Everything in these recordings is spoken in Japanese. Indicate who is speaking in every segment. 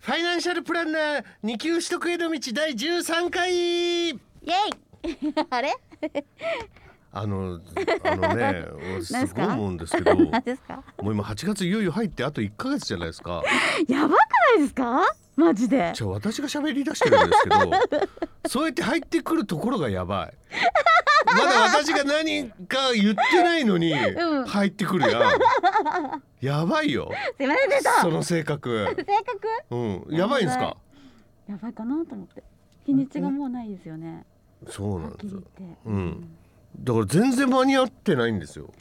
Speaker 1: ファイナンシャルプランナー二級取得への道第13回
Speaker 2: イエイ あれ
Speaker 1: あのあの ね俺す
Speaker 2: なんす
Speaker 1: ご
Speaker 2: か
Speaker 1: い思うんですけども
Speaker 2: 何ですか
Speaker 1: う今8月いよいよ入ってあと1ヶ月じゃないですか
Speaker 2: やばくないですかマジで
Speaker 1: じゃあ私が喋り出してるんですけどそうやって入ってくるところがやばいまだ私が何か言ってないのに
Speaker 2: うん
Speaker 1: 入ってくるやん、やばいよ
Speaker 2: すいませんでした
Speaker 1: そ
Speaker 2: 性
Speaker 1: の性格
Speaker 2: 格
Speaker 1: うんやばいんすか
Speaker 2: やばいかなと思って日にちがもうないですよね
Speaker 1: そうな
Speaker 2: は
Speaker 1: ん
Speaker 2: っ
Speaker 1: で
Speaker 2: きり
Speaker 1: す
Speaker 2: 言っ
Speaker 1: よ
Speaker 2: て
Speaker 1: うんだから全然間に合ってないんですよ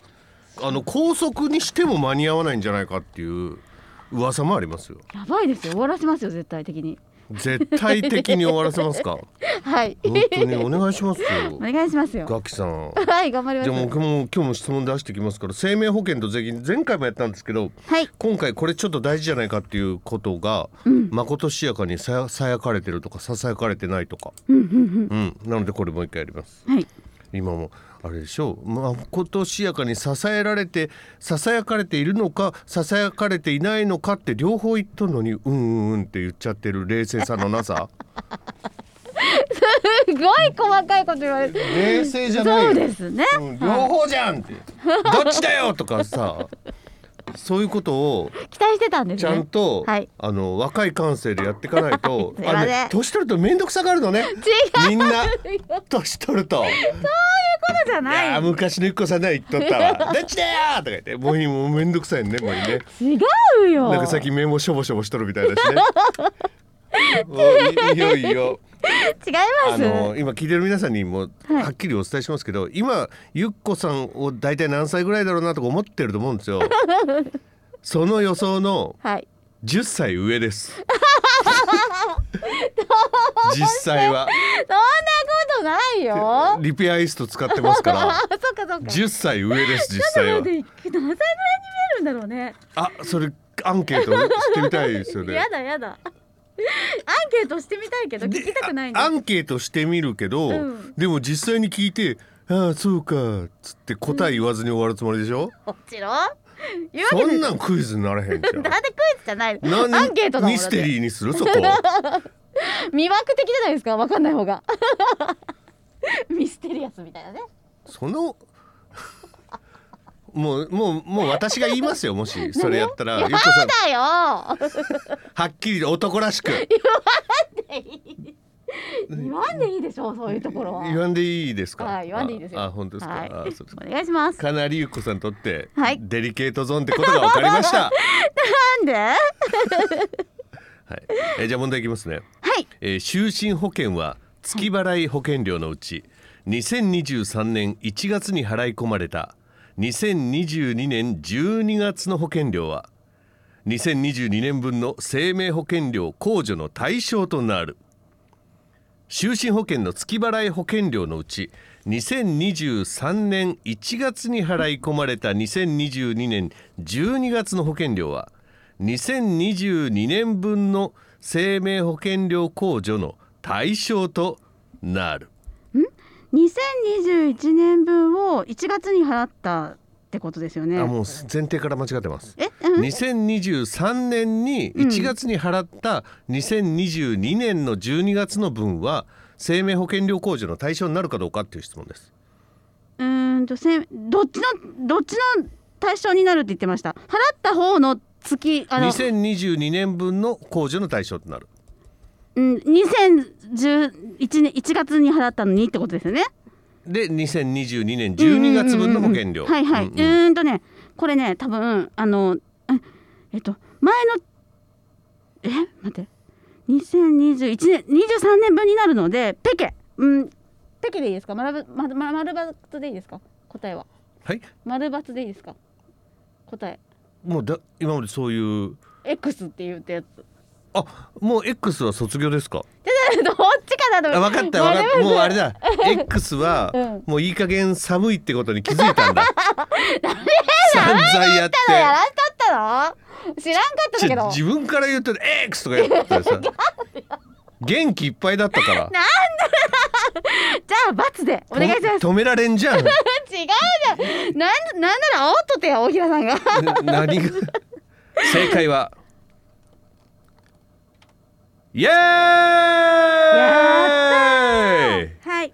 Speaker 1: あの高速にしても間に合わないんじゃないかっていう噂もありますよ
Speaker 2: やばいですよ終わらせますよ絶対的に
Speaker 1: 絶対的に終わらせます か
Speaker 2: はい
Speaker 1: 本当にお願いしますよ
Speaker 2: お願いしますよ
Speaker 1: ガキさん
Speaker 2: はい頑張りま
Speaker 1: じ
Speaker 2: す
Speaker 1: ゃあもう僕も今日も質問出してきますから生命保険と税金前回もやったんですけど
Speaker 2: はい
Speaker 1: 今回これちょっと大事じゃないかっていうことが、まことしやかにさやさやかれてるとかささやかれてないとか、
Speaker 2: うんうん
Speaker 1: うん、なのでこれもう一回やります
Speaker 2: うんはい
Speaker 1: 今もあれでしょうまことしやかに支えられてささやかれているのかささやかれていないのかって両方言っとんのにうんうんうんって言っちゃってる冷静さのな さ
Speaker 2: すごい細かいこと言われて
Speaker 1: 冷静じゃない
Speaker 2: そ
Speaker 1: よ
Speaker 2: うですね
Speaker 1: うん両方じゃんってどっちだよとかさそういうことを
Speaker 2: 期待してたんです
Speaker 1: ちゃん
Speaker 2: ね
Speaker 1: と、
Speaker 2: はい
Speaker 1: あの若い感性でやっていかないと
Speaker 2: すいません
Speaker 1: あのね年取ると面倒くさがるのねみんな年取ると
Speaker 2: そうじゃ
Speaker 1: 「い
Speaker 2: ない
Speaker 1: やー昔のゆっこさんなら言っとったわどっちだよ!」とか言ってもうもう面倒くさいねもうね
Speaker 2: 違うよ
Speaker 1: なんか最近メモしょぼしょぼしとるみたいだしねもういいよいいよ
Speaker 2: 違いま
Speaker 1: あ
Speaker 2: す
Speaker 1: の今聞いてる皆さんにもはっきりお伝えしますけど、今ゆっこさんを大体何歳ぐらいだろうなとか思ってると思うんですよその予想の
Speaker 2: はい
Speaker 1: 10歳上です実際は
Speaker 2: そんなことないよあ
Speaker 1: リペアイスト使ってますか
Speaker 2: あ
Speaker 1: ら
Speaker 2: そっかそっか
Speaker 1: 10歳上です実際
Speaker 2: な
Speaker 1: は
Speaker 2: ので何歳ぐらいに見えるんだろうね
Speaker 1: あそれアンケートしてみたいですよね
Speaker 2: やだやだ アンケートしてみたいけど聞きたくないん
Speaker 1: あ
Speaker 2: だ
Speaker 1: アンケートしてみるけど、
Speaker 2: うん
Speaker 1: でも実際に聞いて「ああそうか」っつって答え言わずに終わるつもりでしょ、
Speaker 2: もちろん言うわ
Speaker 1: そ
Speaker 2: けで
Speaker 1: ん
Speaker 2: す
Speaker 1: なんクイズにならへんじゃん
Speaker 2: だってクイズじゃない
Speaker 1: なんで
Speaker 2: アンケートだもん
Speaker 1: ミステ
Speaker 2: ー
Speaker 1: リーにするそこ
Speaker 2: 魅惑的じゃないですかわかんない方が ミステリアスみたいなね
Speaker 1: その もうもうもう私が言いますよもしそれやったらゆっこさん
Speaker 2: だよ
Speaker 1: はっきり男らしく
Speaker 2: 言わんでいいでしょうそういうところは
Speaker 1: 言わんでいいですか
Speaker 2: はい言わんでいいですよ
Speaker 1: ああ本当ですか、
Speaker 2: はい
Speaker 1: あそうですか
Speaker 2: お願いします
Speaker 1: かなりゆっこさんにとって、
Speaker 2: はい
Speaker 1: デリケートゾーンってことが分かりましたは、
Speaker 2: なんではい
Speaker 1: えじゃあ問題いきますね
Speaker 2: い
Speaker 1: えー就寝保険は月払い保険料のうち2023年1月に払い込まれた2022年12月の保険料は2022年分の生命保険料控除の対象となる就寝保険の月払い保険料のうち2023年1月に払い込まれた2022年12月の保険料は2022年分の生命保険料控除の対象となる
Speaker 2: 2021年分を1月に払ったってことですよね
Speaker 1: あもう前提から間違ってます
Speaker 2: え、うん
Speaker 1: 2023年に1月に払った2022年の12月の分は生命保険料控除の対象になるかどうかっていう質問です
Speaker 2: うーんとせんどっちのどっちの対象になるって言ってました払った方の月あの、
Speaker 1: 2022年分の控除の対象となる
Speaker 2: うん、2011年1月に払ったのにってことですよね
Speaker 1: で2022年12月分の保険料
Speaker 2: うんうんうんはいはい、う
Speaker 1: うんうん
Speaker 2: ーんとねこれね多分あのあえっと前のえ待って2021年23年分になるのでペケうんペケでいいですか丸ば丸丸×でいいですか答えは
Speaker 1: はい
Speaker 2: 丸×でいいですか答え
Speaker 1: もうだ今までそういう
Speaker 2: X って言うたやつ
Speaker 1: あもう X は卒業ですか
Speaker 2: どっちかなと
Speaker 1: あ
Speaker 2: 思
Speaker 1: 分
Speaker 2: って
Speaker 1: かった分かったもうあれだ X
Speaker 2: う
Speaker 1: は
Speaker 2: ん
Speaker 1: もういい加減寒いってことに気づいた んだ散々やっ
Speaker 2: やら
Speaker 1: て
Speaker 2: んかったの知らんかったんだ
Speaker 1: ち
Speaker 2: け
Speaker 1: ょ
Speaker 2: ど
Speaker 1: 自分から言って X とかやったらさ元気いっぱいだったから
Speaker 2: じゃあ罰でお願いします
Speaker 1: と止められんじゃん
Speaker 2: 違うじゃんなんなんなら煽っとってよ大平さんが
Speaker 1: な何が正解はイエーイ
Speaker 2: はい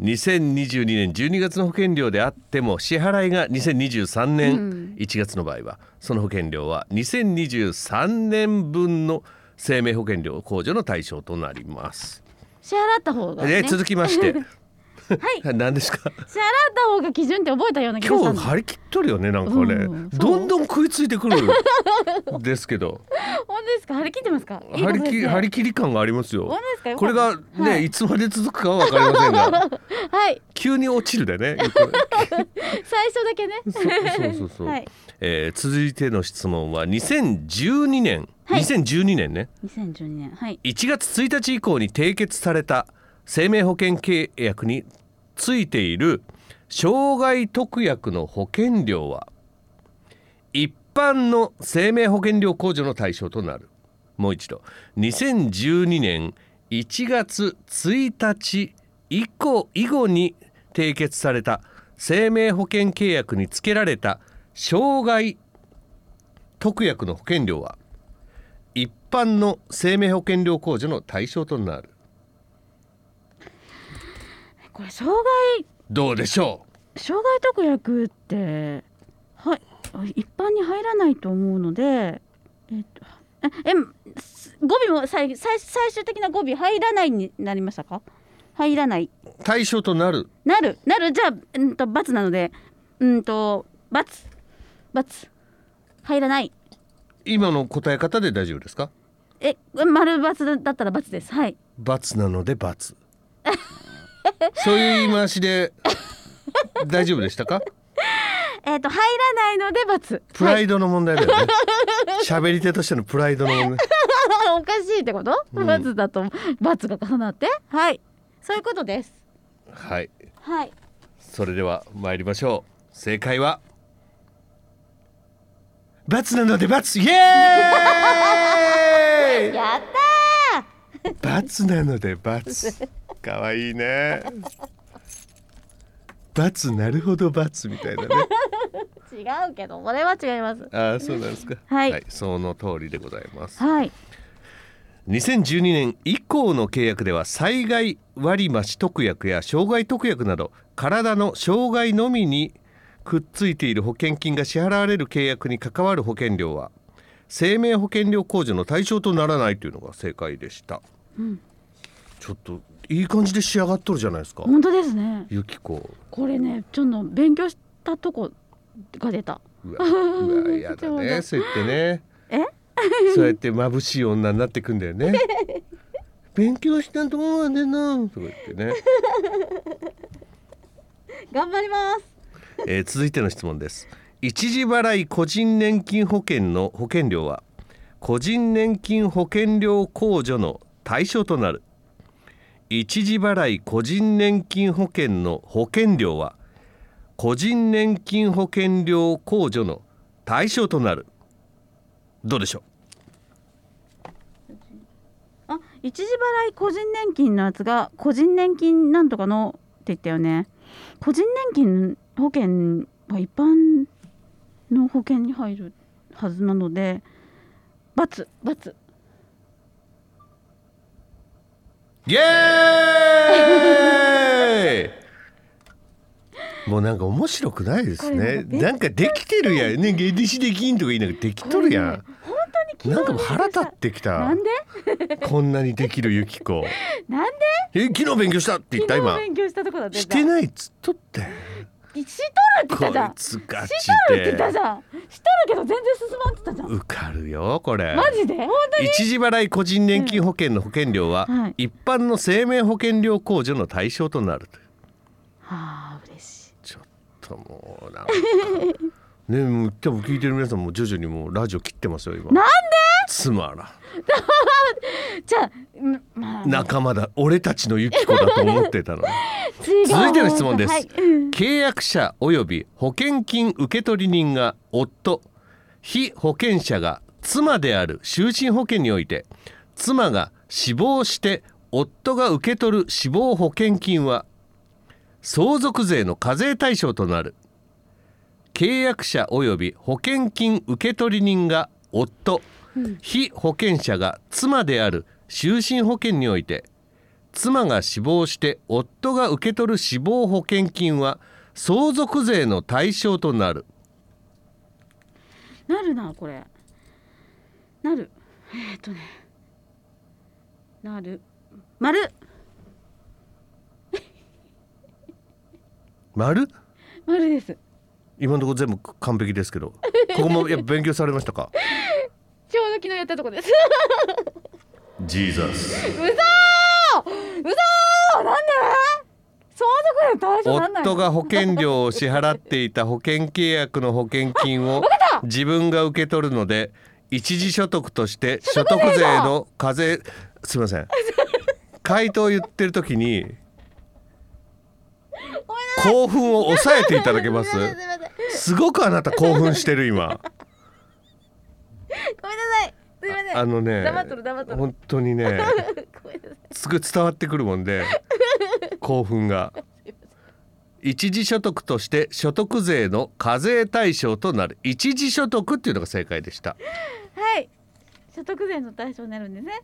Speaker 1: 2022年12月の保険料であっても支払いが2023
Speaker 2: うん
Speaker 1: 年1月の場合は、その保険料は2023年分の生命保険料控除の対象となります。
Speaker 2: 支払った方が、ね、
Speaker 1: え続きまして、
Speaker 2: はい
Speaker 1: 何ですか
Speaker 2: 支払った方が基準って覚えたような気がした
Speaker 1: 今
Speaker 2: ん
Speaker 1: 日
Speaker 2: で
Speaker 1: 張り切っとるよねなんかね、
Speaker 2: うんそう
Speaker 1: どんどん食いついてくるですけ ど
Speaker 2: 本当ですか張り切ってますかいい
Speaker 1: 張り
Speaker 2: ことです
Speaker 1: き
Speaker 2: ね
Speaker 1: 張り切り感がありますよ
Speaker 2: 本当ですかよ
Speaker 1: これ
Speaker 2: かっ
Speaker 1: がね、
Speaker 2: たですはい
Speaker 1: い、つまで続くかは分かりません が
Speaker 2: はい
Speaker 1: 急に落ちるでねよく
Speaker 2: 最初だけね
Speaker 1: そそうそうそう、
Speaker 2: はい
Speaker 1: えー続いての質問は2012年、
Speaker 2: はい
Speaker 1: 2012年ね
Speaker 2: 2012年はい
Speaker 1: 1月1日以降に締結された生命保険契約についている障害特約の保険料は一般の生命保険料控除の対象となるもう一度2012年1月1日以降以後に締結された生命保険契約につけられた障害特約の保険料は一般の生命保険料控除の対象となる
Speaker 2: これ障害
Speaker 1: どうでしょ
Speaker 2: 障害特約ってはい一般に入らないと思うのでえっとええ語尾も最最最終的な語尾入らないになりましたか入らないう
Speaker 1: 対象となる
Speaker 2: なるなるじゃあうんと罰なのでうんと罰罰入らない
Speaker 1: 今の答え方で大丈夫ですか
Speaker 2: え丸罰だったら罰ですはい
Speaker 1: 罰なので罰 そういう言い回しで大丈夫でしたか
Speaker 2: えっ、と入らないので罰
Speaker 1: プライドの問題だよね喋、り手としてのプライドの問題
Speaker 2: おかしいってこと、
Speaker 1: うん
Speaker 2: 罰だと罰が重なってはいそういうことです
Speaker 1: はい
Speaker 2: はい
Speaker 1: それでは参りましょう正解は罰なので罰イエーイ
Speaker 2: やっ
Speaker 1: 罰なので罰かわいいね罰なるほど罰みたいなね
Speaker 2: た違うけどこれは違います
Speaker 1: ああそうなんですか
Speaker 2: はい
Speaker 1: その通りでございます
Speaker 2: はい
Speaker 1: 2012年以降の契約では災害割増特約や障害特約など体の障害のみにくっついている保険金が支払われる契約に関わる保険料は生命保険料控除の対象とならないというのが正解でした、ちょっといい感じで仕上がっとるじゃないですか、
Speaker 2: 本当ですね
Speaker 1: ゆきこ
Speaker 2: これねちょっと勉強したとこが出た
Speaker 1: うわうわ やだ
Speaker 2: そう
Speaker 1: ね
Speaker 2: だ
Speaker 1: そう言ってね
Speaker 2: え
Speaker 1: そうやって眩しい女になってくんだよね勉強したと思うねなとか言ってね
Speaker 2: 頑張ります
Speaker 1: えー続いての質問です一時払い個人年金保険の保険料は個人年金保険料控除の対象となる一時払い個人年金保険の保険料は個人年金保険料控除の対象となるどうでしょ
Speaker 2: あ一時払い個人年金のやつが個人年金なんとかのって言ったよね個人年金保険は一般の保険に入るはずなので××
Speaker 1: うイエーイ もうなんか面白くないですね
Speaker 2: これ
Speaker 1: なんかできてるやんね下弟子できんとか言いながらできとるやん、
Speaker 2: これね本当に
Speaker 1: なん
Speaker 2: 昨
Speaker 1: か
Speaker 2: 日
Speaker 1: もう腹立ってきた
Speaker 2: なんで
Speaker 1: こんなにできるゆきこ
Speaker 2: なんで
Speaker 1: え昨日勉強したって言った
Speaker 2: 昨日
Speaker 1: 今
Speaker 2: 勉強したとこだって
Speaker 1: してないっつっとって
Speaker 2: しとるって
Speaker 1: こ
Speaker 2: 言
Speaker 1: い
Speaker 2: ったじゃんし
Speaker 1: つガチ
Speaker 2: とるって言
Speaker 1: で
Speaker 2: ったじゃんしとるけど全然進まんって言ったじゃん
Speaker 1: 受かるよこれ
Speaker 2: マジで本当に
Speaker 1: 一時払い個人年金保険の保険料は
Speaker 2: うんはい
Speaker 1: 一般の生命保険料控除の対象となると
Speaker 2: あー嬉しい
Speaker 1: ちょっともうなんかねもう多分聞いてる皆さんも徐々にもうラジオ切ってますよ今
Speaker 2: なんで
Speaker 1: つまらん
Speaker 2: じゃあうんまあ
Speaker 1: 仲間だ俺たちのゆきこだと思ってたのに
Speaker 2: 違う
Speaker 1: 続いての質問です
Speaker 2: はいうん
Speaker 1: 契約者及び保険金受取人が夫被保険者が妻である就寝保険において妻が死亡して夫が受け取る死亡保険金は相続税の課税対象となる契約者及び保険金受取人が夫、被保険者が妻である就寝保険において妻が死亡して夫が受け取る死亡保険金は相続税の対象となる
Speaker 2: なるなこれなるえーっとねなる丸
Speaker 1: 丸
Speaker 2: 丸です
Speaker 1: 今のところ全部完璧ですけどここもやっぱ勉強されました か
Speaker 2: ちょうど昨日やったとこです
Speaker 1: ジーザス
Speaker 2: うそーうそーなんで相続税対象なんない
Speaker 1: 夫が保険料を支払っていた保険契約の保険金を自分が受け取るので一時所得と して所得税の課税すいません回答を言ってる時に 興奮を抑えていただけます
Speaker 2: ごめんなさいすいません
Speaker 1: すごくあなた興奮してる今
Speaker 2: ごめんなさい すいません
Speaker 1: あのね
Speaker 2: 黙っとる黙っとる
Speaker 1: 本当にね
Speaker 2: ごめんなさい
Speaker 1: すぐ伝わってくるもんで興奮が一時所得として所得税の課税対象となる一時所得っていうのが正解でした
Speaker 2: はい所得税の対象になるんですね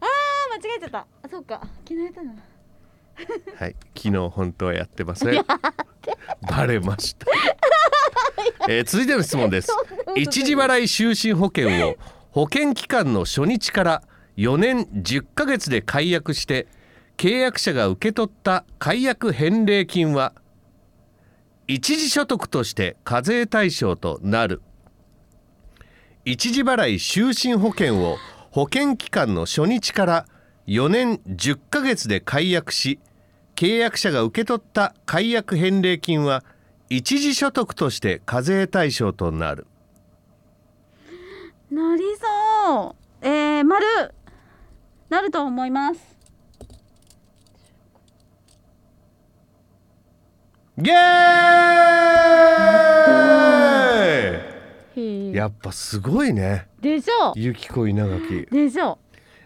Speaker 2: あー間違えちゃったあそうか昨日やったな
Speaker 1: はい昨日本当はやってませんバレま した、えー続いての質問です一時払い就寝保険を保険期間の初日から4年10ヶ月で解約して契約者が受け取った解約返礼金は一時所得として課税対象となる一時払い就寝保険を保険期間の初日から4年10ヶ月で解約し契約者が受け取った解約返礼金は一時所得として課税対象となる
Speaker 2: なりそうえー、丸なると思います
Speaker 1: イエーイやっぱすごいね
Speaker 2: でしょ
Speaker 1: ゆきこ稲垣
Speaker 2: うでしょ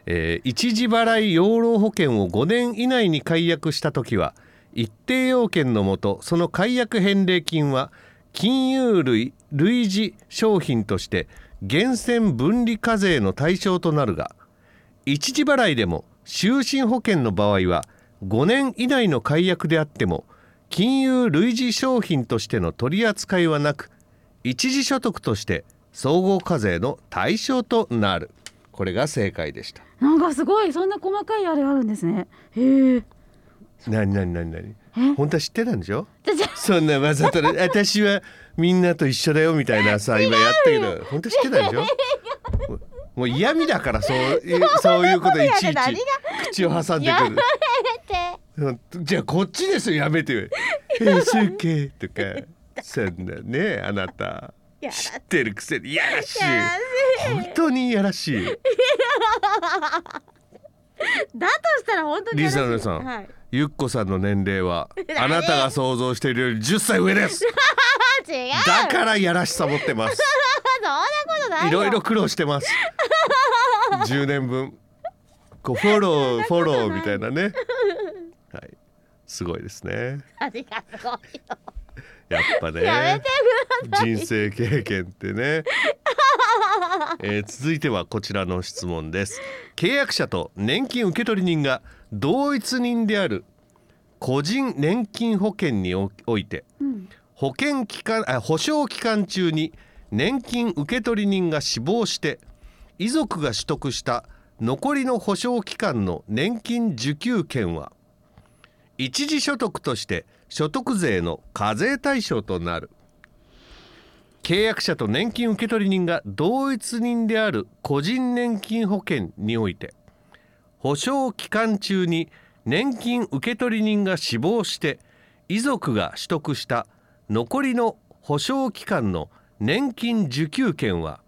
Speaker 1: えー一時払い養老保険を5年以内に解約した時は一定要件のもとその解約返礼金は金融類類似商品として源泉分離課税の対象となるが一時払いでも就寝保険の場合は5年以内の解約であっても金融類似商品としての取り扱いはなく一時所得として総合課税の対象となるこれが正解でした。
Speaker 2: うなんかすごいそんな細かいあれがあるんですね へえ
Speaker 1: なになになになに
Speaker 2: え
Speaker 1: 本当は知ってたんでしょ
Speaker 2: じゃ
Speaker 1: そんなわざと ね私はみんなと一緒だよみたいなさ今やったけど本当知ってたんでしょもうもう嫌味だからそういう そういうこといちいち口を挟んでくるうん じゃあこっちですよやめてよ「SK」とかそんなねあなた
Speaker 2: やら
Speaker 1: 知ってるくせにいやらしい
Speaker 2: やらしい
Speaker 1: 本当にいやらしい
Speaker 2: だとしたら本当に
Speaker 1: リ
Speaker 2: やらしい
Speaker 1: サの皆さん、
Speaker 2: はい
Speaker 1: ゆっこさんの年齢 はあなたが想像しているより10歳上です
Speaker 2: あ違う
Speaker 1: だからやらしさ持ってます。
Speaker 2: そんなことない
Speaker 1: いろいろ苦労してます。10年分。こうフォロ ー、フォローみたいなね。はい。すごいですね。
Speaker 2: あ違うすごいよ
Speaker 1: やっぱね。
Speaker 2: やめて
Speaker 1: 人生経験って ね、えー続いてはこちらの質問です契約者と年金受取人が同一人である個人年金保険におおいて、保険期間あ保証期間中に年金受取人が死亡して遺族が取得した残りの保証期間の年金受給権は一時所得として所得税の課税対象となる契約者と年金受取人が同一人である個人年金保険において保証期間中に年金受取人が死亡して遺族が取得した残りの保証期間の年金受給権は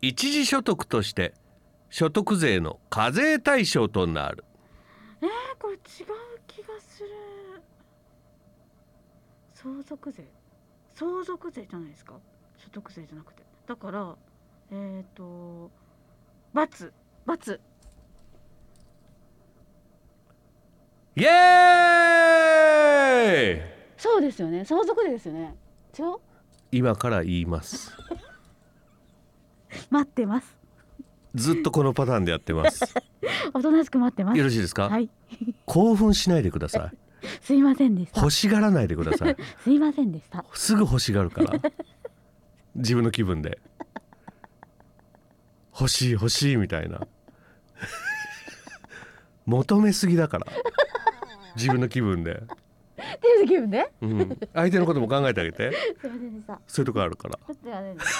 Speaker 1: 一時所得として所得税の課税対象となる
Speaker 2: えー、これ違う気がする相続税相続税じゃないですか所得税じゃなくてだからえっ、ー、と罰罰
Speaker 1: イエーイ
Speaker 2: そうですよね相続税ですよね違う
Speaker 1: 今から言います
Speaker 2: 待ってます
Speaker 1: ずっとこのパターンでやってます。
Speaker 2: おとなしく待ってます
Speaker 1: よろしいですか、
Speaker 2: はい
Speaker 1: 興奮しないでください。
Speaker 2: すいませんでした
Speaker 1: 欲しがらないでくだ さい。
Speaker 2: すいませんでした
Speaker 1: すぐ欲しがるから。自分の気分で。欲しい欲しいみたいな。求めすぎだから。自分の気分で。
Speaker 2: っていう気分で
Speaker 1: うん。相手のことも考えてあげて。
Speaker 2: すいませんでした
Speaker 1: そういうとこあるから。
Speaker 2: すいませんでし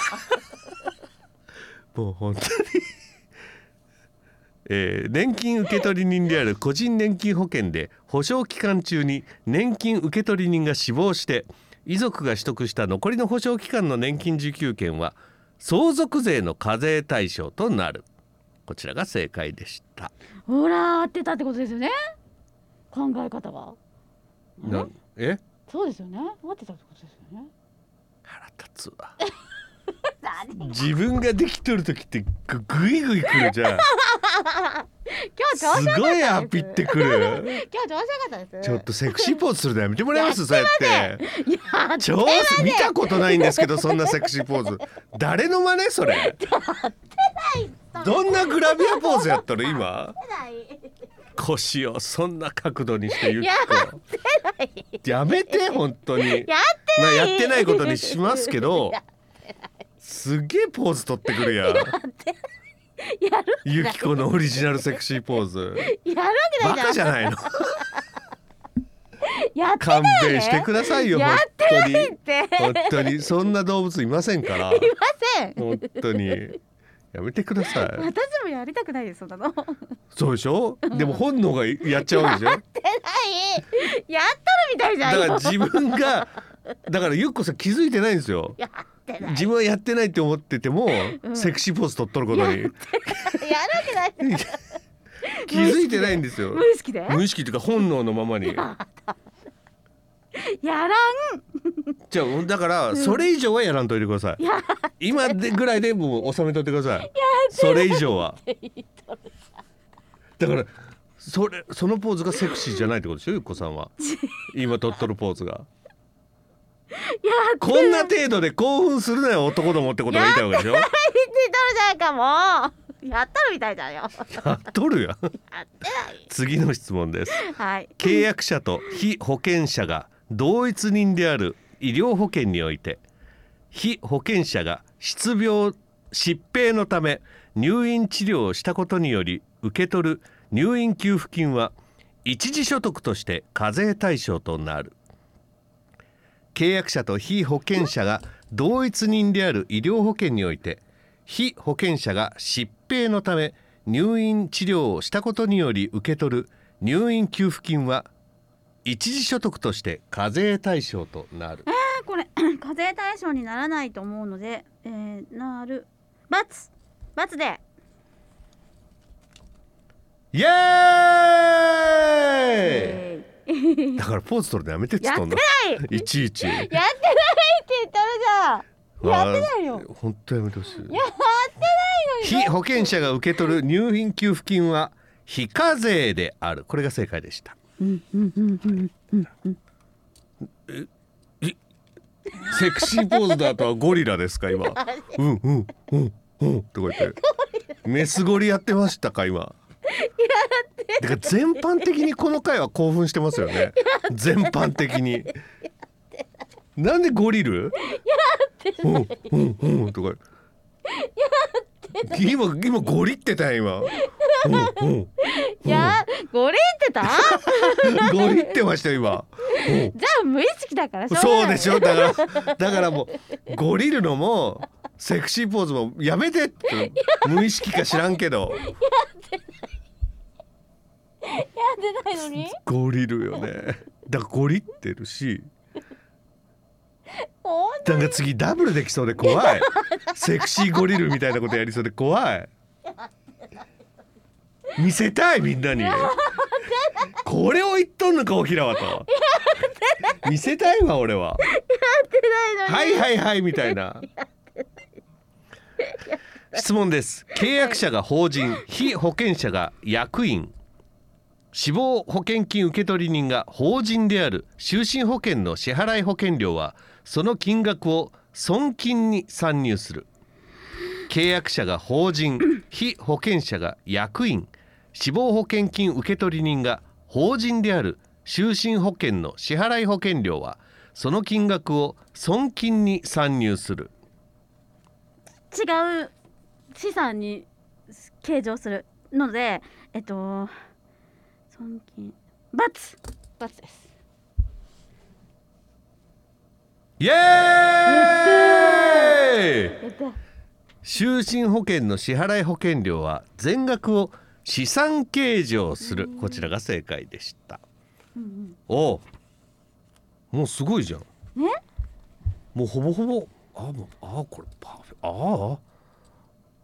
Speaker 1: もう本当に えー年金受取人である個人年金保険で保証期間中に年金受取人が死亡して遺族が取得した残りの保証期間の年金受給権は相続税の課税対象となるこちらが正解でした
Speaker 2: たほら合ってたってことですよね考え方は
Speaker 1: なえ
Speaker 2: そうですよね合ってたってことですよね
Speaker 1: 腹立つわ
Speaker 2: 何
Speaker 1: 自分ができとる時ってぐぐいぐいくるじ ゃん
Speaker 2: 今日調
Speaker 1: す
Speaker 2: 子良かったです
Speaker 1: ごいアピってくる
Speaker 2: 今日調子良かったで
Speaker 1: ち
Speaker 2: す
Speaker 1: ょっとセクシーポーズするのやめてもらえますそうやって
Speaker 2: いや
Speaker 1: 超見たことないんですけどそんなセクシーポーズ誰の真似そ れどんなグラビアポーズやったの今腰をそんな角度にしてゆきこやめて本当に
Speaker 2: や
Speaker 1: まあやってないことにしますけどすげえポーズ取ってくるやん
Speaker 2: やる
Speaker 1: ゆきこのオリジナルセクシーポーズ
Speaker 2: やるわけな
Speaker 1: バ
Speaker 2: いじゃ
Speaker 1: カじ
Speaker 2: ん
Speaker 1: ゃないの
Speaker 2: やってたよ
Speaker 1: 勘
Speaker 2: ね
Speaker 1: 弁してくださいよ本
Speaker 2: やって
Speaker 1: 当に
Speaker 2: って
Speaker 1: 本当にそんな動物いませんから
Speaker 2: いません
Speaker 1: 本当にやめてください
Speaker 2: 私もやりたくないですそんなのやって
Speaker 1: そうでしょでも本能がやっちゃうんでしょ
Speaker 2: ないやっとるみたいじゃ
Speaker 1: だ
Speaker 2: ん
Speaker 1: から
Speaker 2: 今
Speaker 1: 自分がだからゆっこさん気づいてないんですよ
Speaker 2: やってない
Speaker 1: 自分はやってないって思ってても、
Speaker 2: うん
Speaker 1: セクシーポーズ取っとることに
Speaker 2: やるわけないじゃん
Speaker 1: 気づいてないんですよ
Speaker 2: 無意識で
Speaker 1: 無意識というか本能のままに
Speaker 2: やらん
Speaker 1: じゃあだからそれ以上はやらんといてください、今でぐらいでもう収めといてくださいそれ以上はだからそれそのポーズがセクシーじゃないってことでしょゆっこさんは今取っとるポーズが。
Speaker 2: やって
Speaker 1: こんな程度で興奮するなよ男どもってことが言いたいわけでしょや
Speaker 2: 言ってとるじゃんかもうやっとるみたいじゃんよやって
Speaker 1: っとるやん
Speaker 2: ない
Speaker 1: 次の質問です
Speaker 2: はい
Speaker 1: 契約者と非保険者が同一人である医療保険において非保険者が失病疾病のため入院治療をしたことにより受け取る入院給付金は一時所得として課税対象となる契約者と非保険者が同一人である医療保険において被保険者が疾病のため入院治療をしたことにより受け取る入院給付金は一時所得として課税対象となる
Speaker 2: これ 課税対象にならないと思うので、えー、なるバツバツで
Speaker 1: イエー
Speaker 2: えー
Speaker 1: イだからポーズ取るのやめてっつ
Speaker 2: や
Speaker 1: っ
Speaker 2: って
Speaker 1: とん
Speaker 2: な
Speaker 1: の
Speaker 2: いやって
Speaker 1: いちいちやって
Speaker 2: ないって言っとるじゃんやってないよ
Speaker 1: 本当やめてほしい
Speaker 2: やってないの
Speaker 1: 被
Speaker 2: に
Speaker 1: 保険者が受け取る入院給付金は非課税であるこれが正解でした
Speaker 2: うんうんうんうんうん
Speaker 1: セクシーポーズの後はゴリラですか今。うんうんうんうんってこうやって。メスゴリやってましたか今。てか全般的にこの回は興奮してますよね。全般的に。なんでゴリル？うんうんうんとか。今今ゴリってたよ今。うんうん。
Speaker 2: いやゴリってた
Speaker 1: ゴリってましたよ今。うん
Speaker 2: じゃあ無意識だからしょう
Speaker 1: そう
Speaker 2: がな
Speaker 1: で
Speaker 2: い
Speaker 1: しょだからだからもうゴリルのもセクシーポーズもやめてって無意識か知らんけど
Speaker 2: やってないのに
Speaker 1: ゴリルよねだからゴリってるし
Speaker 2: 本当
Speaker 1: なんか次ダブルできそうで怖いセクシーゴリルみたいなことやりそうで怖い見せたいみんなにこれを言っとんのかおひらはと見せたいわ俺は
Speaker 2: ないのに
Speaker 1: はいはいはいみたいな。質問です。契約者が法人、非保険者が役員。死亡保険金受取人が法人である就寝保険の支払い保険料はその金額を損金に算入する契約者が法人被保険者が役員死亡保険金受取人が法人である就寝保険の支払い保険料はその金額を損金に算入する
Speaker 2: 違う資産に計上するのでえっと損金バツバツです
Speaker 1: イエーイ
Speaker 2: やった
Speaker 1: 就寝保険の支払い保険料は全額を資産計上するこちらが正解でした、おうもうすごいじゃん
Speaker 2: え
Speaker 1: もうほぼほぼあもうあこれパーフェ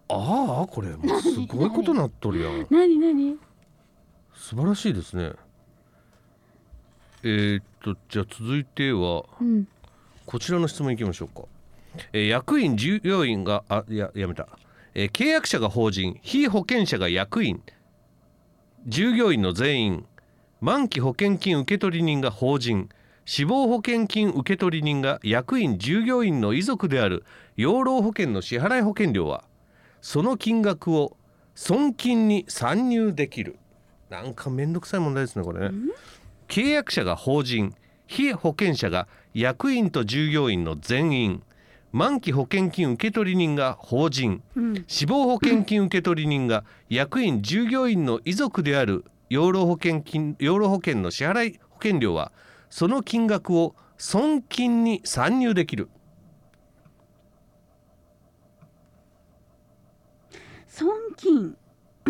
Speaker 1: ああああこれもうすごいことなっとるやん
Speaker 2: 何何
Speaker 1: 素晴らしいですねえー、っとじゃあ続いては
Speaker 2: うん
Speaker 1: こちらの質問いきましょうか、えー役員従業員があいややめた、えー契約者が法人非保険者が役員従業員の全員満期保険金受取人が法人死亡保険金受取人が役員従業員の遺族である養老保険の支払い保険料はその金額を損金に算入できるなんかめんどくさい問題ですねこれね。契約者が法人非保険者が役員と従業員の全員満期保険金受取人が法人
Speaker 2: うん
Speaker 1: 死亡保険金受取人が役員従業員の遺族である養老保険金養老保険の支払い保険料はその金額を損金に算入できる
Speaker 2: 損金う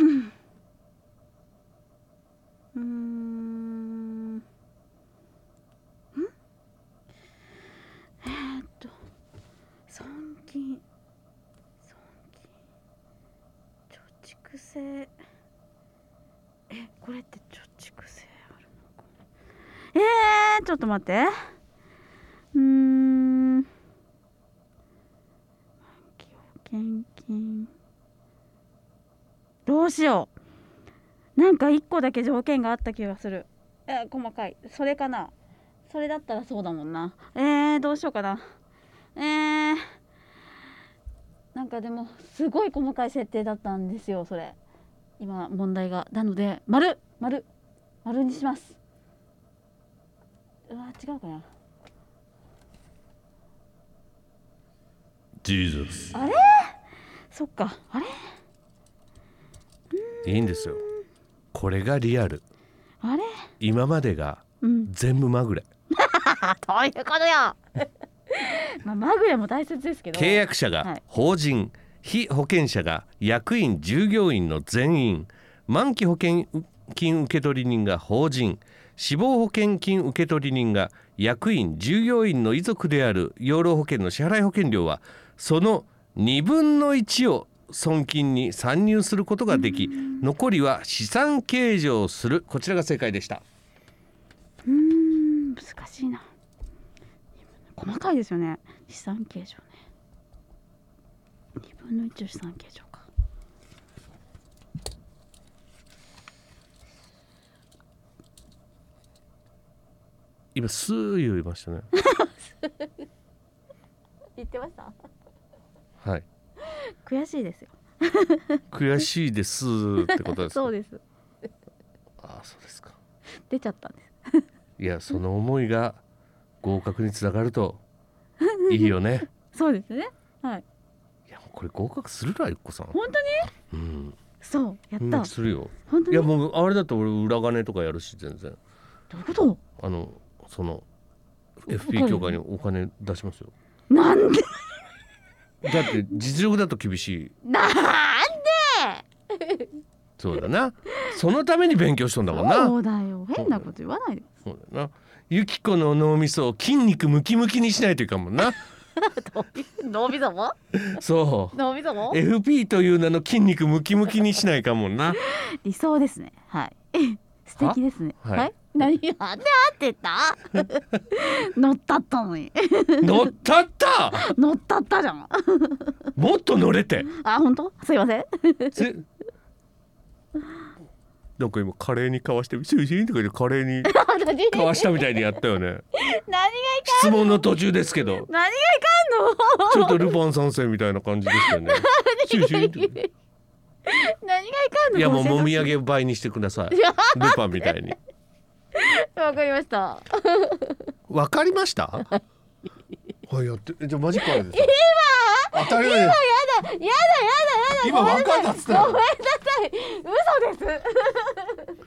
Speaker 2: ーんんえー、っと損金損金貯蓄性えこれって貯蓄性あるのかなえー、ちょっと待ってうーん満期保険金どうしようなんか一個だけ条件があった気がするえー細かいそれかなそれだったらそうだもんなえー、どうしようかなえー、なんかでもすごい細かい設定だったんですよそれ今問題がなので丸丸丸にしますうわ違うかな
Speaker 1: ジーズス
Speaker 2: そっかあれ
Speaker 1: いいんですよこれがリアル
Speaker 2: あれ
Speaker 1: 今までが
Speaker 2: うん
Speaker 1: 全部まぐれ
Speaker 2: あどういうことよまあまぐれも大切ですけど
Speaker 1: 契約者
Speaker 2: は
Speaker 1: が
Speaker 2: い
Speaker 1: 法人、非保険者が役員従業員の全員満期保険金受取人が法人死亡保険金受取人が役員従業員の遺族である養老保険の支払い保険料はその2分の1を損金に算入することができ残りは資産計上するこちらが正解でした
Speaker 2: うーん難しいな細かいですよね資産計上ね2分の1を資産計上か
Speaker 1: 今スー言いましたね
Speaker 2: 言ってました
Speaker 1: はい
Speaker 2: 悔しいですよ
Speaker 1: 悔しいですってことですか
Speaker 2: そうです
Speaker 1: ああそうですか
Speaker 2: 出ちゃったんです
Speaker 1: いやその思いが合格につながる といいよね。
Speaker 2: そうですねはい
Speaker 1: いやもうこれ合格するらゆっこさん。
Speaker 2: 本当に
Speaker 1: うん。
Speaker 2: そうやっ
Speaker 1: そん
Speaker 2: た
Speaker 1: な気するよ。
Speaker 2: 本
Speaker 1: い
Speaker 2: 当に
Speaker 1: や
Speaker 2: ど
Speaker 1: もうあれだと俺裏金とかやるし全然。
Speaker 2: ういうこと
Speaker 1: あのその FP 協会にお金出しますよ。
Speaker 2: なんで
Speaker 1: だって実力だと厳しい。
Speaker 2: なん
Speaker 1: そうだな。そのために勉強しとんだもんな。
Speaker 2: そうだよ変なこと言わないで
Speaker 1: そうだよな。ゆきこの脳みそを筋肉ムキムキにしないといかんもんな。
Speaker 2: 脳みそも
Speaker 1: そう。
Speaker 2: 脳みそも
Speaker 1: FP という名の筋肉ムキムキにしないかんもんな。
Speaker 2: 理想ですね はい素敵ですね
Speaker 1: は
Speaker 2: はいい、何がなんで合ってた乗ったったのに
Speaker 1: 乗ったった。
Speaker 2: 乗ったったじゃん。
Speaker 1: もっと乗れて。
Speaker 2: あ、本当？すいません。
Speaker 1: ぜなんか今カレーにかわして「主人」とか言ってカレーにかわしたみたいにやったよね
Speaker 2: 何がい
Speaker 1: 質問の途中ですけど
Speaker 2: 何がいかん
Speaker 1: ち
Speaker 2: の
Speaker 1: ょっとルパン三世みたいな感じでしたよ ね主人とか
Speaker 2: 何がいかんの
Speaker 1: いやもうもみ
Speaker 2: 合
Speaker 1: あげ倍にしてくださいルパンみたいに
Speaker 2: わかりました
Speaker 1: わかりました
Speaker 3: はいやってえじゃあマジックあれですよ当たり前です
Speaker 2: やだやだやだ
Speaker 3: 今わかんなっつったよ
Speaker 2: ごめんなさい嘘です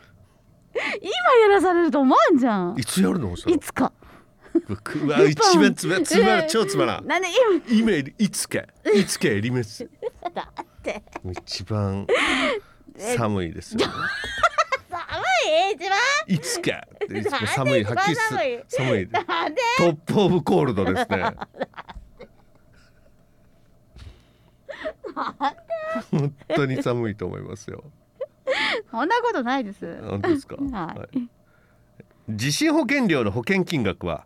Speaker 2: 今やらされると思うんじゃん
Speaker 1: いつやるのそれ
Speaker 2: いつか
Speaker 1: 僕は一番つまつまら超つまらん
Speaker 2: なんで
Speaker 1: 今よりいつかいつかやります
Speaker 2: 今だって
Speaker 1: 一番寒いですよ、ね、
Speaker 2: 寒い一番
Speaker 1: いつかっていつも
Speaker 2: なん
Speaker 1: 寒
Speaker 2: で
Speaker 1: い
Speaker 2: 一番
Speaker 1: 吐きす
Speaker 2: 寒い
Speaker 1: 寒い
Speaker 2: なんで
Speaker 1: トップオブコールドです ね本当に寒いと思いますよ
Speaker 2: そんなことないです
Speaker 1: 本当ですか、
Speaker 2: は
Speaker 1: はい地震保険料の保険金額は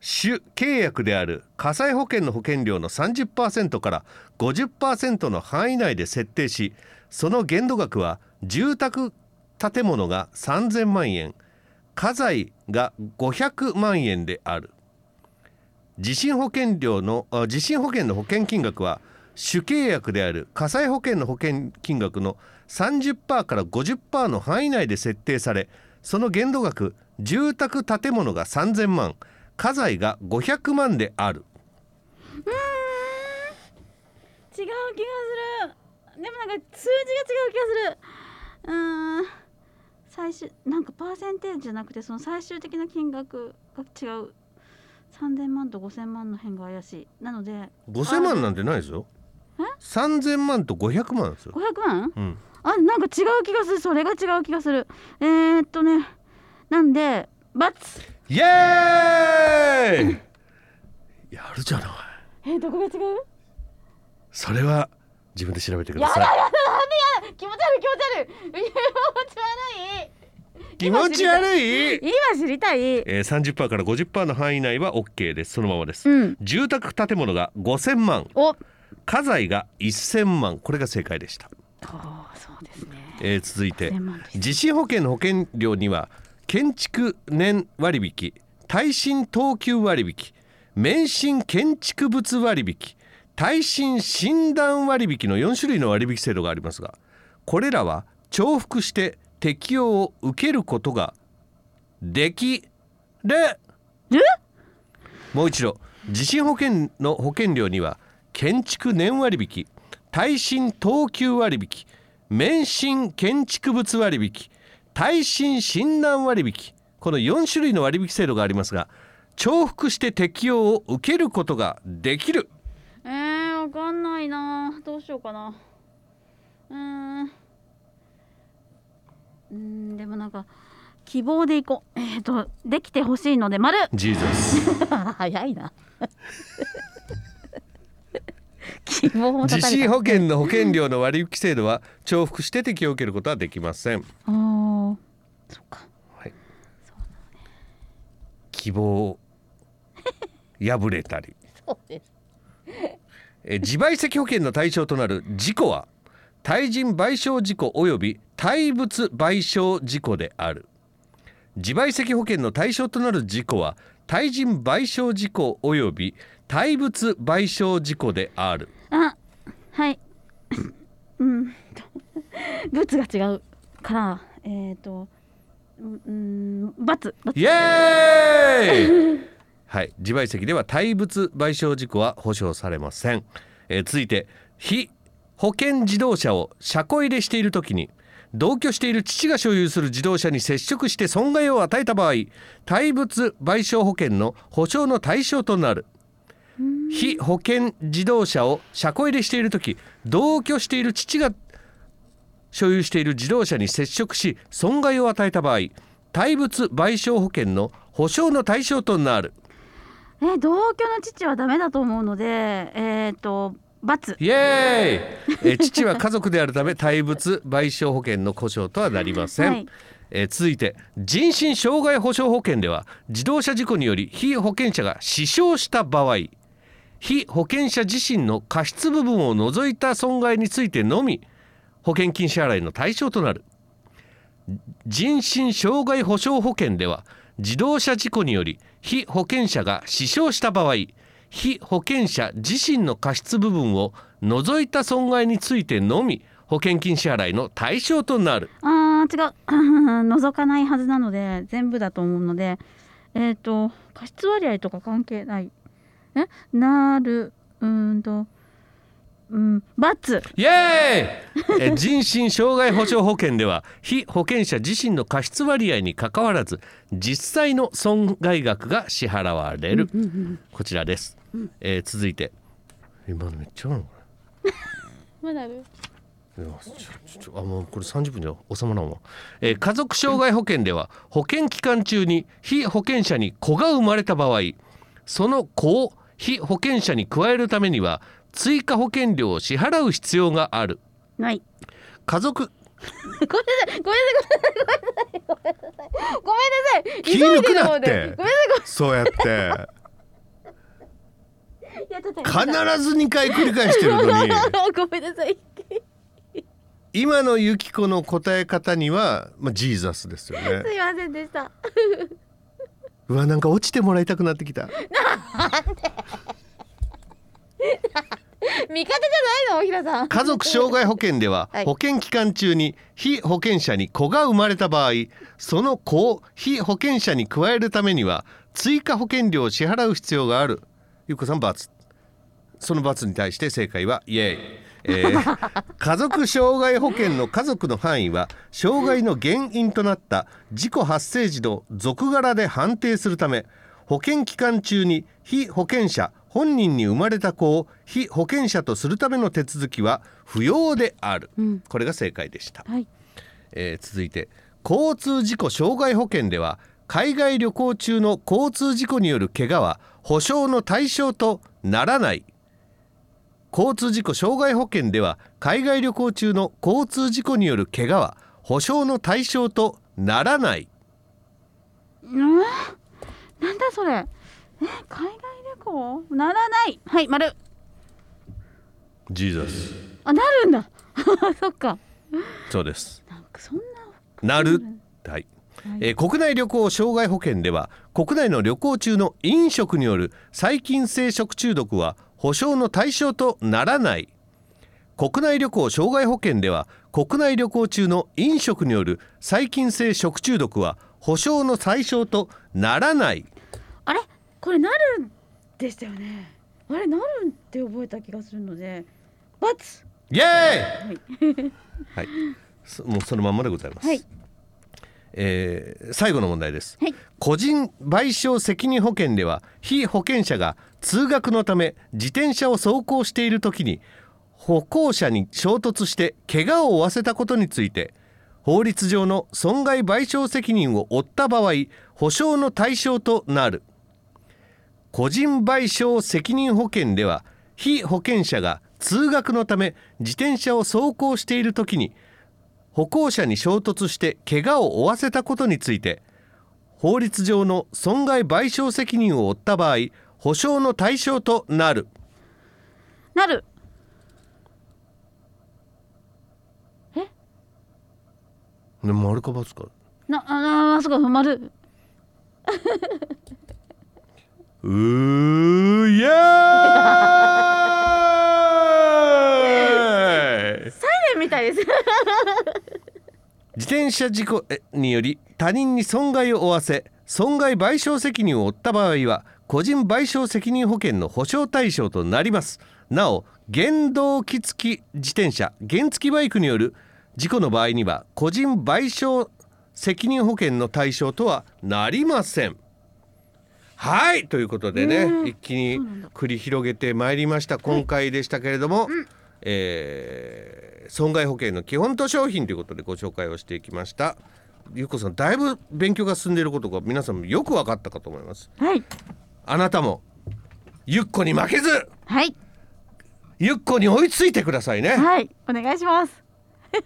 Speaker 1: 主契約である火災保険の保険料の30%から50%の範囲内で設定しその限度額は住宅建物が3000万円家財が500万円である地震保険料のあ地震保険の保険金額は主契約である火災保険の保険金額の30%から50%の範囲内で設定されその限度額住宅建物が3000万家財が500万である
Speaker 2: 違う気がするでもなんか数字が違う気がするうーん最終なんかパーセンテージじゃなくてその最終的な金額が違う3000万と5000万の辺が怪しいなので
Speaker 1: 5000万なんてないですよ3000万と500万ですよ、
Speaker 2: 500万
Speaker 1: うん、
Speaker 2: あなんか違う気がするそれが違う気がするえー、っとねなんで×
Speaker 1: イエーイやるじゃない
Speaker 2: えどこが違う
Speaker 1: それは自分で調べてく
Speaker 2: や
Speaker 1: だ
Speaker 2: だや
Speaker 1: さ
Speaker 2: だなんでやだ気持ち悪い気持ち悪い気持ち悪い
Speaker 1: い気持ち悪い
Speaker 2: 今知りたい
Speaker 1: えー、30%から50%の範囲内は OK ですそのままです、
Speaker 2: うん
Speaker 1: 住宅建物が5000万
Speaker 2: お
Speaker 1: 家財が1000万これが正解でした、
Speaker 2: あーそうですね。
Speaker 1: えー続いて
Speaker 2: 1000万です
Speaker 1: 地震保険の保険料には建築年割引耐震等級割引免震建築物割引耐震診断割引の4種類の割引制度がありますがこれらは重複して適用を受けることができる
Speaker 2: る
Speaker 1: もう一度地震保険の保険料には建築年割引耐震等級割引免震建築物割引耐震診断割引この4種類の割引制度がありますが重複して適用を受けることができる
Speaker 2: えー、わかんないな。どうしようかな。うーん。うーん、でもなんか希望でいこう。えっ、ー、とできてほしいので丸。
Speaker 1: ジーザス
Speaker 2: 早いな。 希望も
Speaker 1: 地
Speaker 2: たたれ
Speaker 1: 震
Speaker 2: た。
Speaker 1: 保険の保険料の割引制度は重複して適用を受けることはできません
Speaker 2: あーそっか。
Speaker 1: 希望を破れたり
Speaker 2: そうです。
Speaker 1: えー自賠責保険の対象となる事故は対人賠償事故及び対物賠償事故である自賠責保険の対象となる事故は対人賠償事故及び対物賠償事故である
Speaker 2: あ、はい。 うん。物が違うから、えっ、ー、と、うんうん、バツ。バツ
Speaker 1: イエーイはい自賠責では対物賠償事故は保障されません、えー続いて非保険自動車を車庫入れしている時に同居している父が所有する自動車に接触して損害を与えた場合対物賠償保険の保障の対象となる非保険自動車を車庫入れしている時同居している父が所有している自動車に接触し損害を与えた場合対物賠償保険の保障の対象となる
Speaker 2: え同居の父はダメだと思うのでえっ、ー、と罰
Speaker 1: イエーイえ父は家族であるため対物賠償保険の故障とはなりません、
Speaker 2: はい
Speaker 1: え続いて人身障害保障保険では自動車事故により被保険者が死傷した場合被保険者自身の過失部分を除いた損害についてのみ保険金支払いの対象となる人身障害保障保険では自動車事故により被保険者が死傷した場合被保険者自身の過失部分を除いた損害についてのみ保険金支払いの対象となる
Speaker 2: あー違う 覗かないはずなので全部だと思うのでえっ、と過失割合とか関係ないえなるうーんとうん罰
Speaker 1: イエーイ え人身障害保障保険では被保険者自身の過失割合にかかわらず実際の損害額が支払われるこちらです、えー続いて今のめっちゃあるのこれ
Speaker 2: まだある
Speaker 1: いやちょちょあもうこれ30分じゃ収まらんわ、えー家族障害保険では保険期間中に被保険者に子が生まれた場合その子を被保険者に加えるためには追加保険料を支払う必要がある
Speaker 2: ない
Speaker 1: 家族
Speaker 2: ごめんなさいごめんなさいご
Speaker 1: 気
Speaker 2: めんなさ
Speaker 1: 抜くなって
Speaker 2: いごめんなさいごめんなさい急いでる方でごめんなさい
Speaker 3: そうやって
Speaker 2: ごめんいやちょっと
Speaker 1: 必ず2回繰り返してるのに
Speaker 2: ごめんなさい
Speaker 1: 今のユキコの答え方には、まあ、ジーザスですよね
Speaker 2: すいませんでした
Speaker 1: うわなんか落ちてもらいたくなってきた
Speaker 2: 味方じゃないの平さん
Speaker 1: 家族障害保険では
Speaker 2: はい
Speaker 1: 保険期間中に被保険者に子が生まれた場合その子を被保険者に加えるためには追加保険料を支払う必要があるゆっこさん罰その罰に対して正解はイエーイ、えー 家族障害保険の家族の範囲は障害の原因となった事故発生時の続柄で判定するため保険期間中に被保険者本人に生まれた子を被保険者とするための手続きは不要である、これが正解でした、
Speaker 2: はい
Speaker 1: えー続いて交通事故障害保険では海外旅行中の交通事故による怪我は保障の対象とならない交通事故障害保険では海外旅行中の交通事故による怪我は保障の対象とならない
Speaker 2: うんなんだそれえ海外旅行ならないはい丸
Speaker 1: ジーザス
Speaker 2: あなるんだ そっか
Speaker 1: そうです
Speaker 2: なんかそんな
Speaker 1: なるはいえー国内旅行障害保険では国内の旅行中の飲食による細菌性食中毒は保障の対象とならない国内旅行障害保険では国内旅行中の飲食による細菌性食中毒は保障の対象とならない
Speaker 2: あれこれなるんでしたよねあれなるんって覚えた気がするので×
Speaker 1: イエーイ、はい、そもうそのまんまでございます、
Speaker 2: はい
Speaker 1: えー最後の問題です、
Speaker 2: はい
Speaker 1: 個人賠償責任保険では被保険者が通学のため自転車を走行している時に歩行者に衝突して怪我を負わせたことについて法律上の損害賠償責任を負った場合保証の対象となる個人賠償責任保険では被保険者が通学のため自転車を走行している時に歩行者に衝突して怪我を負わせたことについて法律上の損害賠償責任を負った場合保証の対象となる
Speaker 2: なる
Speaker 1: ね丸か×か
Speaker 2: なああそっか丸
Speaker 1: うーイエーイ
Speaker 2: サイレンみたいです
Speaker 1: 自転車事故により他人に損害を負わせ損害賠償責任を負った場合は個人賠償責任保険の保障対象となりますなお原動機付き自転車原付バイクによる事故の場合には個人賠償責任保険の対象とはなりませんはいということでね、一気に繰り広げてまいりました今回でしたけれども、えー損害保険の基本と商品ということでご紹介をしていきましたゆうこさんだいぶ勉強が進んでいることが皆さんもよく分かったかと思います
Speaker 2: はい
Speaker 1: あなたもゆっこに負けず
Speaker 2: はい
Speaker 1: ゆっこに追いついてくださいね
Speaker 2: はいお願いします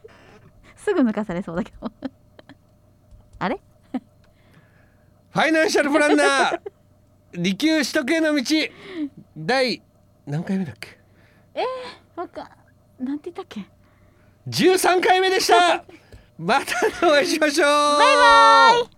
Speaker 2: すぐ抜かされそうだけど あれ
Speaker 1: ファイナンシャルプランナ ー利休取得への道第何回目だっけ
Speaker 2: わかなんて言ったっけ
Speaker 1: 13回目でしたまたお会いしましょうバイバイ